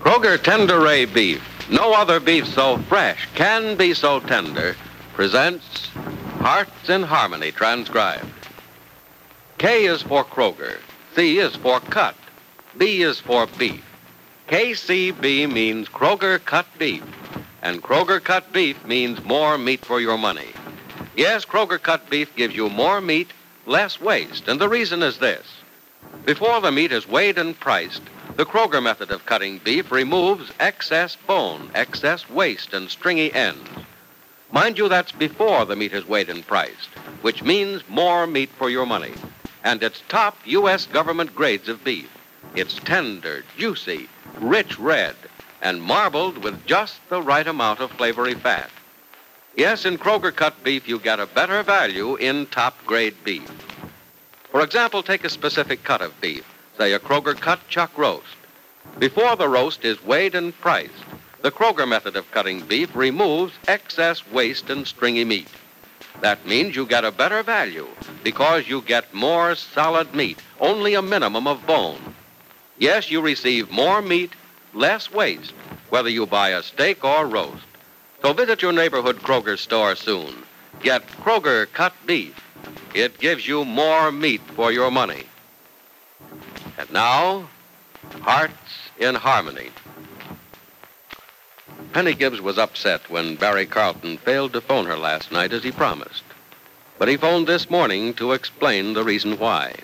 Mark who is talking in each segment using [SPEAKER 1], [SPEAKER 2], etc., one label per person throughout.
[SPEAKER 1] Kroger Tender Ray Beef, no other beef so fresh can be so tender, presents Hearts in Harmony transcribed. K is for Kroger, C is for cut, B is for beef. KCB means Kroger cut beef, and Kroger cut beef means more meat for your money. Yes, Kroger cut beef gives you more meat, less waste, and the reason is this. Before the meat is weighed and priced, the Kroger method of cutting beef removes excess bone, excess waste, and stringy ends. Mind you, that's before the meat is weighed and priced, which means more meat for your money. And it's top U.S. government grades of beef. It's tender, juicy, rich red, and marbled with just the right amount of flavory fat. Yes, in Kroger cut beef, you get a better value in top grade beef. For example, take a specific cut of beef, say a Kroger cut chuck roast. Before the roast is weighed and priced, the Kroger method of cutting beef removes excess waste and stringy meat. That means you get a better value because you get more solid meat, only a minimum of bone. Yes, you receive more meat, less waste, whether you buy a steak or roast. So visit your neighborhood Kroger store soon. Get Kroger cut beef. It gives you more meat for your money. And now, Hearts in Harmony. Penny Gibbs was upset when Barry Carlton failed to phone her last night as he promised. But he phoned this morning to explain the reason why.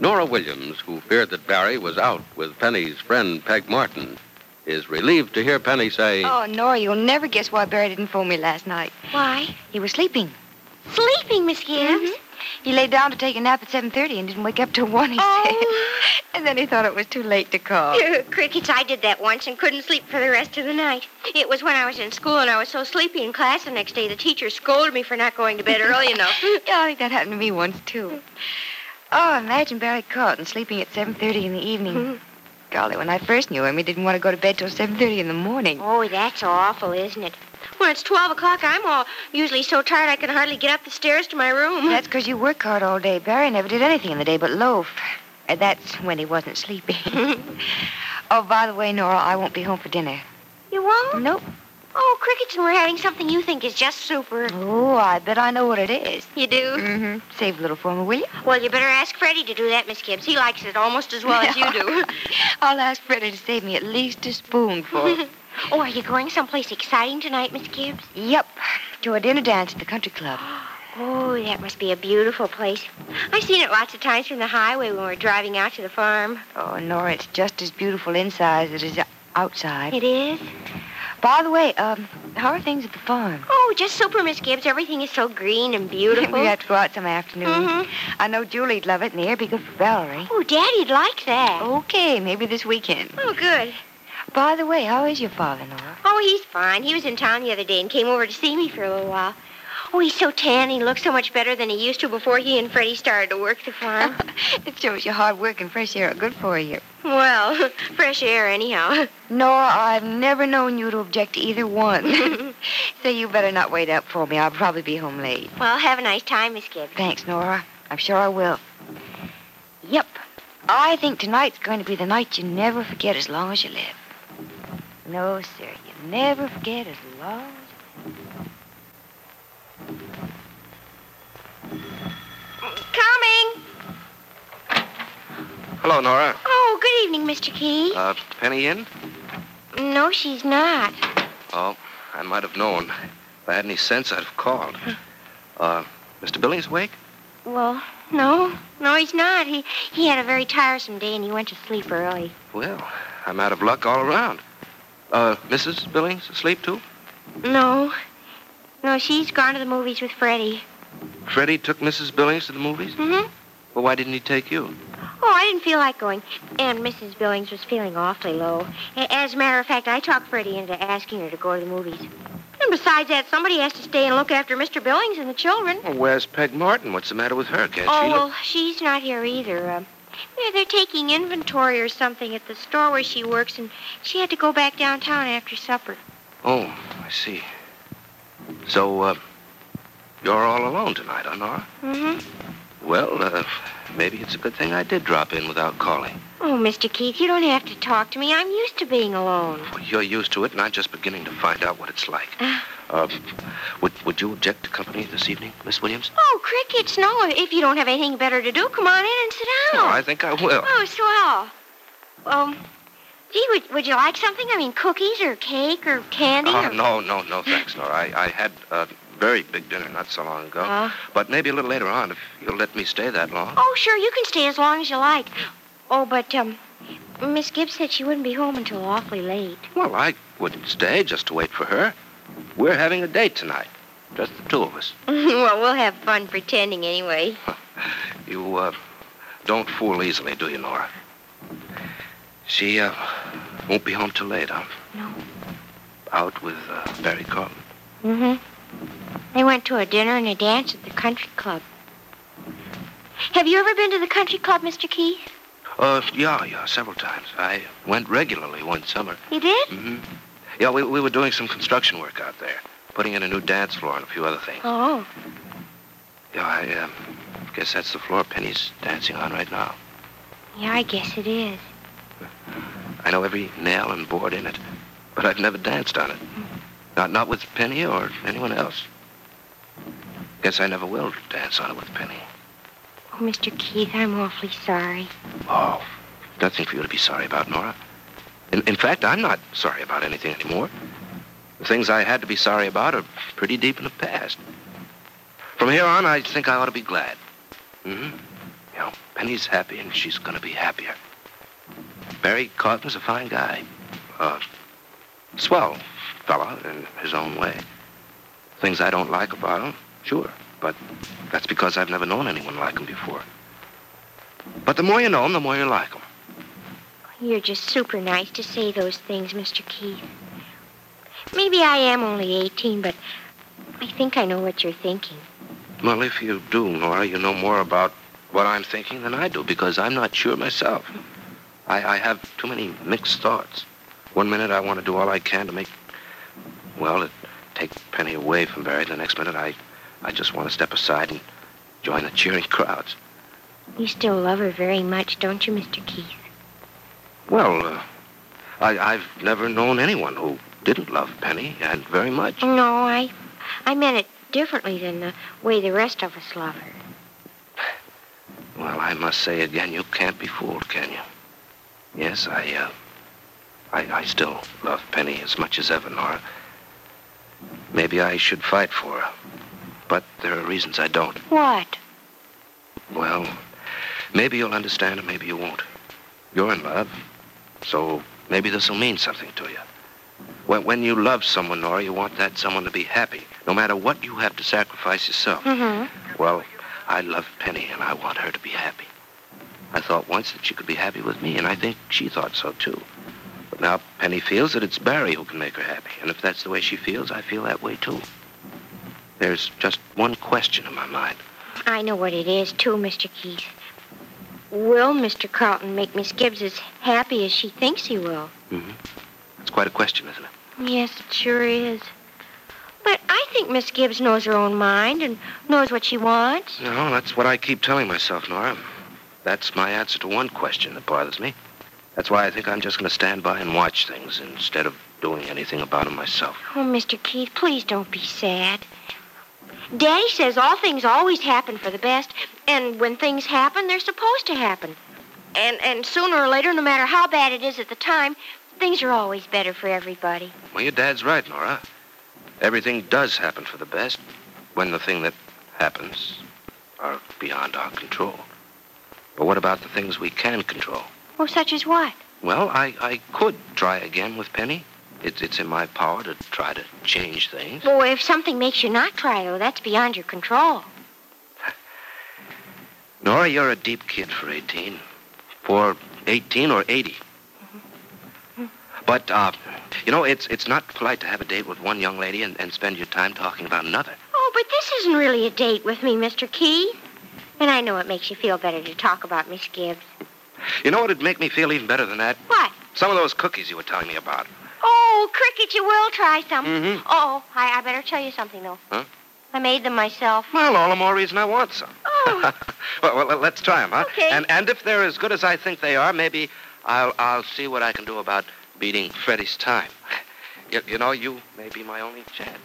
[SPEAKER 1] Nora Williams, who feared that Barry was out with Penny's friend Peg Martin, is relieved to hear Penny say,
[SPEAKER 2] Oh, Nora, you'll never guess why Barry didn't phone me last night.
[SPEAKER 3] Why?
[SPEAKER 2] He was sleeping.
[SPEAKER 3] Sleeping, Miss Gibbs.
[SPEAKER 2] He lay down to take a nap at 7.30 and didn't wake up till 1, he
[SPEAKER 3] Oh.
[SPEAKER 2] said. And then he thought it was too late to call.
[SPEAKER 3] Crickets, I Oh. did that once and couldn't sleep for the rest of the night. It was when I was in school and I was so sleepy in class the next day the teacher scolded me for not going to bed early enough.
[SPEAKER 2] yeah, I think that happened to me once, too. Oh, imagine Barry Carlton sleeping at 7.30 in the evening. Golly, when I first knew him, he didn't want to go to bed till 7.30 in the morning.
[SPEAKER 3] Oh, that's awful, isn't it? When it's 12 o'clock, I'm all usually so tired I can hardly get up the stairs to my room.
[SPEAKER 2] That's because you work hard all day. Barry never did anything in the day but loaf. And that's when he wasn't sleepy. oh, by the way, Nora, I won't be home for dinner.
[SPEAKER 3] You won't?
[SPEAKER 2] Nope.
[SPEAKER 3] Oh, Crickets, and we're having something you think is just super.
[SPEAKER 2] Oh, I bet I know what it is.
[SPEAKER 3] You do?
[SPEAKER 2] Mm-hmm. Save a little for me, will you?
[SPEAKER 3] Well, you better ask Freddie to do that, Miss Gibbs. He likes it almost as well as you do.
[SPEAKER 2] I'll ask Freddie to save me at least a spoonful.
[SPEAKER 3] Oh, are you going someplace exciting tonight, Miss Gibbs?
[SPEAKER 2] yep. To a dinner dance at the country club.
[SPEAKER 3] Oh, that must be a beautiful place. I've seen it lots of times from the highway when we're driving out to the farm.
[SPEAKER 2] Oh, Nora, it's just as beautiful inside as it is o- outside.
[SPEAKER 3] It is?
[SPEAKER 2] By the way, um, how are things at the farm?
[SPEAKER 3] Oh, just super, Miss Gibbs. Everything is so green and beautiful.
[SPEAKER 2] we have to go out some afternoon.
[SPEAKER 3] Mhm.
[SPEAKER 2] I know Julie'd love it, and the air be good for Valerie.
[SPEAKER 3] Oh, Daddy'd like that. Oh.
[SPEAKER 2] Okay, maybe this weekend.
[SPEAKER 3] good.
[SPEAKER 2] By the way, how is your father, Nora?
[SPEAKER 3] Oh, he's fine. He was in town the other day and came over to see me for a little while. Oh, he's so tan. He looks so much better than he used to before he and Freddie started to work the farm.
[SPEAKER 2] It shows your hard work and fresh air are good for you.
[SPEAKER 3] well, fresh air, anyhow.
[SPEAKER 2] Nora, I've never known you to object to either one. so you better not wait up for me. I'll probably be home late.
[SPEAKER 3] Well, have a nice time, Miss Gibbs.
[SPEAKER 2] Thanks, Nora. I'm sure I will. Yep. I think tonight's going to be the night you never forget as long as you live. No, sir. You never forget as long as
[SPEAKER 1] Hello, Nora.
[SPEAKER 3] Oh, good evening, Mr. Key.
[SPEAKER 1] Uh, Penny in?
[SPEAKER 3] no, she's not.
[SPEAKER 1] Oh, I might have known. If I had any sense, I'd have called. Uh, Mr. Billings awake?
[SPEAKER 3] Well, no. No, he's not. He he had a very tiresome day and he went to sleep early.
[SPEAKER 1] Well, I'm out of luck all around. Uh, Mrs. Billings asleep, too?
[SPEAKER 3] No. No, she's gone to the movies with Freddie.
[SPEAKER 1] Freddie took Mrs. Billings to the movies?
[SPEAKER 3] Mm-hmm.
[SPEAKER 1] Well, why didn't he take you?
[SPEAKER 3] Oh, I didn't feel like going. And Mrs. Billings was feeling awfully low. A- As a matter of fact, I talked Freddie into asking her to go to the movies. And besides that, somebody has to stay and look after Mr. Billings and the children.
[SPEAKER 1] Well, where's Peg Martin? What's the matter with her? Can't
[SPEAKER 3] oh,
[SPEAKER 1] she
[SPEAKER 3] well,
[SPEAKER 1] look?
[SPEAKER 3] she's not here either. Um, they're, they're taking inventory or something at the store where she works, and she had to go back downtown after supper.
[SPEAKER 1] Oh, I see. So, uh, you're all alone tonight, huh, Nora?
[SPEAKER 3] Mm-hmm.
[SPEAKER 1] Well, uh, maybe it's a good thing I did drop in without calling.
[SPEAKER 3] Oh, Mr. Keith, you don't have to talk to me. I'm used to being alone.
[SPEAKER 1] Well, you're used to it, and I'm just beginning to find out what it's like.
[SPEAKER 3] Ah.
[SPEAKER 1] Uh, would, would you object to company this evening, Miss Williams?
[SPEAKER 3] Oh, crickets, no. If you don't have anything better to do, come on in and sit down.
[SPEAKER 1] Oh, I think I will.
[SPEAKER 3] Oh, swell. Um, gee, would, would you like something? I mean, cookies or cake or candy?
[SPEAKER 1] Oh,
[SPEAKER 3] or...
[SPEAKER 1] no, no, no, thanks, Nora. I, I had a very big dinner not so long ago.
[SPEAKER 3] Huh?
[SPEAKER 1] But maybe a little later on, if you'll let me stay that long.
[SPEAKER 3] Uh, Oh, sure, you can stay as long as you like. Oh, but, um, Miss Gibbs said she wouldn't be home until awfully late.
[SPEAKER 1] Well, I wouldn't stay just to wait for her. We're having a date tonight. Just the two of us.
[SPEAKER 3] well, we'll have fun pretending anyway.
[SPEAKER 1] You, uh, don't fool easily, do you, Nora? She, uh, won't be home till late, huh?
[SPEAKER 3] No.
[SPEAKER 1] Out with uh, Barry Carlton.
[SPEAKER 3] Mm-hmm. They went to a dinner and a dance at the country club. Have you ever been to the country club, Mr. Key?
[SPEAKER 1] Uh, yeah, yeah, several times. I went regularly one summer.
[SPEAKER 3] You did?
[SPEAKER 1] hmm Yeah, we, we were doing some construction work out there, putting in a new dance floor and a few other things.
[SPEAKER 3] Oh.
[SPEAKER 1] Yeah, I um, guess that's the floor Penny's dancing on right now.
[SPEAKER 3] Yeah, I guess it is.
[SPEAKER 1] I know every nail and board in it, but I've never danced on it. Not, not with Penny or anyone else. Guess I never will dance on it with Penny.
[SPEAKER 3] Oh, Mr. Keith, I'm awfully sorry.
[SPEAKER 1] Oh, nothing for you to be sorry about, Nora. In, in fact, I'm not sorry about anything anymore. The things I had to be sorry about are pretty deep in the past. From here on, I think I ought to be glad. Mm-hmm. You know, Penny's happy, and she's going to be happier. Barry Carlton's a fine guy. Uh, swell fella in his own way. Things I don't like about him, sure. But that's because I've never known anyone like him before. But the more you know him, the more you like him.
[SPEAKER 3] You're just super nice to say those things, Mr. Keith. Maybe I am only 18, but I think I know what you're thinking.
[SPEAKER 1] Well, if you do, Nora, you know more about what I'm thinking than I do because I'm not sure myself. I, I have too many mixed thoughts. One minute I want to do all I can to make, well, to take Penny away from Barry. The next minute I, I just want to step aside and join the cheering crowds.
[SPEAKER 3] You still love her very much, don't you, Mr. Keith?
[SPEAKER 1] Well, uh, I, I've never known anyone who didn't love Penny and very much.
[SPEAKER 3] No, I, I meant it differently than the way the rest of us love her.
[SPEAKER 1] Well, I must say again, you can't be fooled, can you? Yes, I, uh, I, I still love Penny as much as ever, Nora. Maybe I should fight for her, but there are reasons I don't.
[SPEAKER 3] What?
[SPEAKER 1] Well, maybe you'll understand and maybe you won't. You're in love, so maybe this will mean something to you. When, when you love someone, Nora, you want that someone to be happy, no matter what you have to sacrifice yourself.
[SPEAKER 3] Mm-hmm.
[SPEAKER 1] Well, I love Penny, and I want her to be happy. I thought once that she could be happy with me, and I think she thought so, too. But now Penny feels that it's Barry who can make her happy, and if that's the way she feels, I feel that way, too. There's just one question in my mind.
[SPEAKER 3] I know what it is, too, Mr. Keith. Will Mr. Carlton make Miss Gibbs as happy as she thinks he will?
[SPEAKER 1] It's quite a question, isn't it?
[SPEAKER 3] Yes, it sure is. But I think Miss Gibbs knows her own mind and knows what she wants.
[SPEAKER 1] No, that's what I keep telling myself, Nora. That's my answer to one question that bothers me. That's why I think I'm just going to stand by and watch things instead of doing anything about them myself.
[SPEAKER 3] Oh, Mr. Keith, please don't be sad. Daddy says all things always happen for the best, and when things happen, they're supposed to happen. And, and sooner or later, no matter how bad it is at the time, things are always better for everybody.
[SPEAKER 1] Well, your dad's right, Nora. Everything does happen for the best when the thing that happens are beyond our control. But what about the things we can control?
[SPEAKER 3] Well, such as what?
[SPEAKER 1] Well, I, I could try again with Penny. It's, it's in my power to try to change things.
[SPEAKER 3] Well, if something makes you not try, though, that's beyond your control.
[SPEAKER 1] Nora, you're a deep kid for 18. For 18 or 80. But, uh, you know, it's, it's not polite to have a date with one young lady and, and spend your time talking about another.
[SPEAKER 3] Oh, but this isn't really a date with me, Mr. Key. And I know it makes you feel better to talk about Miss Gibbs.
[SPEAKER 1] You know what'd make me feel even better than that?
[SPEAKER 3] What?
[SPEAKER 1] Some of those cookies you were telling me about.
[SPEAKER 3] Oh, Cricket, you will try some.
[SPEAKER 1] Mhm.
[SPEAKER 3] Oh, I, I better tell you something, though.
[SPEAKER 1] Huh?
[SPEAKER 3] I made them myself.
[SPEAKER 1] Well, all the more reason I want some.
[SPEAKER 3] Oh,
[SPEAKER 1] well, well, let's try them, huh?
[SPEAKER 3] Okay.
[SPEAKER 1] And, and if they're as good as I think they are, maybe I'll, I'll see what I can do about beating Freddie's time. You, you know, you may be my only chance.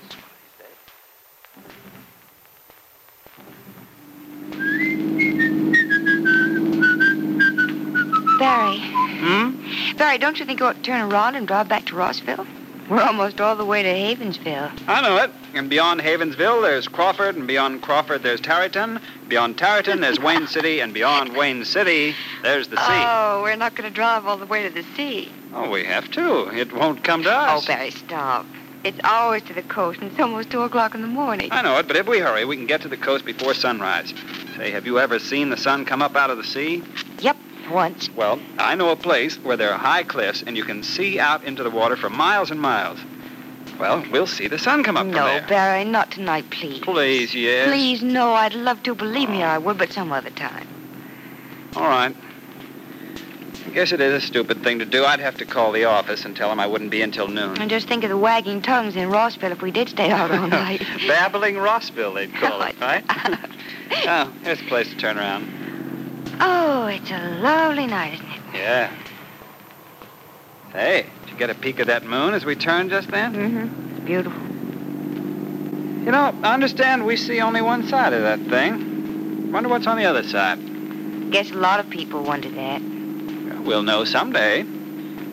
[SPEAKER 2] Barry.
[SPEAKER 1] Hmm?
[SPEAKER 2] Barry, don't you think you ought to turn around and drive back to Rossville? We're almost all the way to Havensville.
[SPEAKER 4] I know it. And beyond Havensville, there's Crawford, and beyond Crawford, there's Tarryton. Beyond Tarryton, there's Wayne City, and beyond Wayne City, there's the sea.
[SPEAKER 2] Oh, we're not going to drive all the way to the sea.
[SPEAKER 4] Oh, we have to. It won't come to
[SPEAKER 2] Oh,
[SPEAKER 4] us.
[SPEAKER 2] Barry, stop. It's always to the coast, and it's almost 2 o'clock in the morning.
[SPEAKER 4] I know it, but if we hurry, we can get to the coast before sunrise. Say, have you ever seen the sun come up out of the sea?
[SPEAKER 2] Once.
[SPEAKER 4] Well, I know a place where there are high cliffs, and you can see out into the water for miles and miles. Well, we'll see the sun come up
[SPEAKER 2] no,
[SPEAKER 4] from there.
[SPEAKER 2] Barry, not tonight, please.
[SPEAKER 4] Please, yes.
[SPEAKER 2] Please, no. I'd love to. Believe me, I would, but some other time.
[SPEAKER 4] All right. I guess it is a stupid thing to do. I'd have to call the office and tell them I wouldn't be in till noon.
[SPEAKER 2] And just think of the wagging tongues in Rossville if we did stay out all night.
[SPEAKER 4] Babbling Rossville, they'd call it,
[SPEAKER 2] Oh,
[SPEAKER 4] right? oh, here's a place to turn around.
[SPEAKER 2] oh, it's a lovely night, isn't it?
[SPEAKER 4] Yeah. Hey, did you get a peek of that moon as we turned just then?
[SPEAKER 2] Mm-hmm. It's beautiful.
[SPEAKER 4] You know, I understand we see only one side of that thing. Wonder what's on the other side.
[SPEAKER 2] Guess a lot of people wonder that.
[SPEAKER 4] We'll know someday.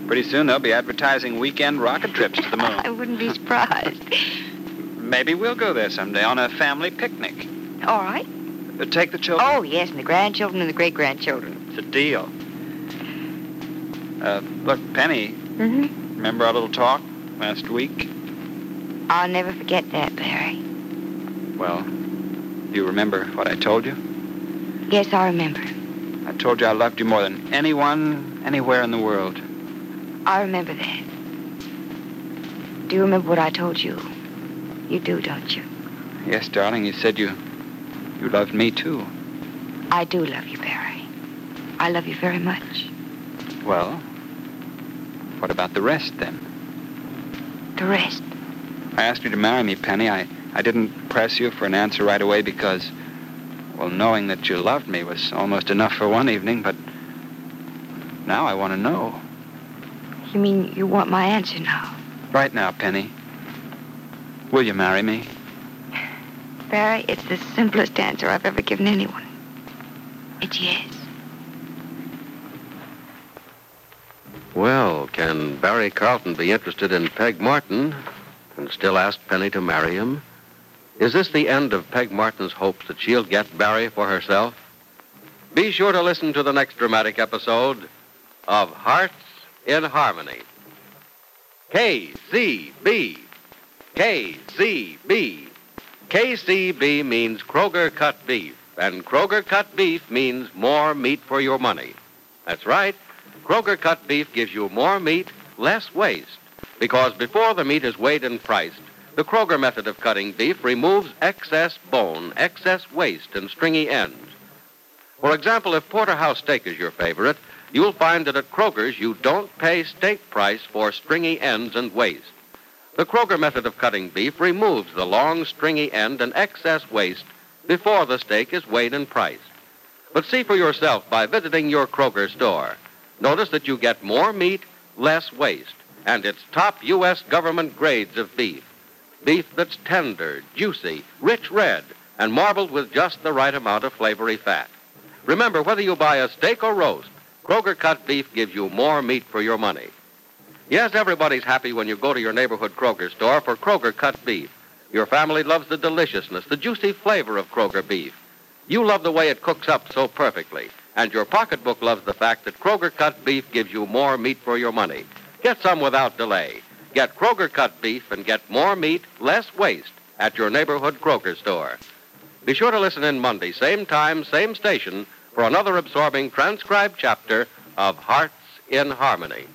[SPEAKER 4] Pretty soon they'll be advertising weekend rocket trips to the
[SPEAKER 2] I
[SPEAKER 4] moon.
[SPEAKER 2] wouldn't be surprised.
[SPEAKER 4] Maybe we'll go there someday on a family picnic.
[SPEAKER 2] all right.
[SPEAKER 4] Uh, Take the children.
[SPEAKER 2] Oh, yes, and the grandchildren and the great grandchildren.
[SPEAKER 4] It's a deal. Uh, look, Penny,
[SPEAKER 2] Mm-hmm.
[SPEAKER 4] remember our little talk last week?
[SPEAKER 2] I'll never forget that, Barry.
[SPEAKER 4] Well, you remember what I told you?
[SPEAKER 2] Yes, I remember.
[SPEAKER 4] I told you I loved you more than anyone, anywhere in the world.
[SPEAKER 2] I remember that. Do you remember what I told you? You do, don't you?
[SPEAKER 4] Yes, darling, you said you you loved me too.
[SPEAKER 2] I do love you, Barry. I love you very much.
[SPEAKER 4] Well, what about the rest then?
[SPEAKER 2] The rest.
[SPEAKER 4] I asked you to marry me, Penny. I, I didn't press you for an answer right away because, well, knowing that you loved me was almost enough for one evening, but now I want to know.
[SPEAKER 2] You mean you want my answer now?
[SPEAKER 4] Right now, Penny. Will you marry me?
[SPEAKER 2] Barry, it's the simplest answer I've ever given anyone. It's yes.
[SPEAKER 1] Well, can Barry Carlton be interested in Peg Martin and still ask Penny to marry him? Is this the end of Peg Martin's hopes that she'll get Barry for herself? Be sure to listen to the next dramatic episode of Hearts in Harmony. KCB. KCB. KCB means Kroger cut beef, and Kroger cut beef means more meat for your money. That's right. Kroger cut beef gives you more meat, less waste. Because before the meat is weighed and priced, the Kroger method of cutting beef removes excess bone, excess waste, and stringy ends. For example, if porterhouse steak is your favorite, you'll find that at Kroger's you don't pay steak price for stringy ends and waste. The Kroger method of cutting beef removes the long, stringy end and excess waste before the steak is weighed and priced. But see for yourself by visiting your Kroger store. Notice that you get more meat, less waste, and it's top U.S. government grades of beef. Beef that's tender, juicy, rich red, and marbled with just the right amount of flavory fat. Remember, whether you buy a steak or roast, Kroger cut beef gives you more meat for your money. Yes, everybody's happy when you go to your neighborhood Kroger store for Kroger cut beef. Your family loves the deliciousness, the juicy flavor of Kroger beef. You love the way it cooks up so perfectly, and your pocketbook loves the fact that Kroger cut beef gives you more meat for your money. Get some without delay. Get Kroger cut beef and get more meat, less waste at your neighborhood Kroger store. Be sure to listen in Monday, same time, same station, for another absorbing transcribed chapter of Hearts in Harmony.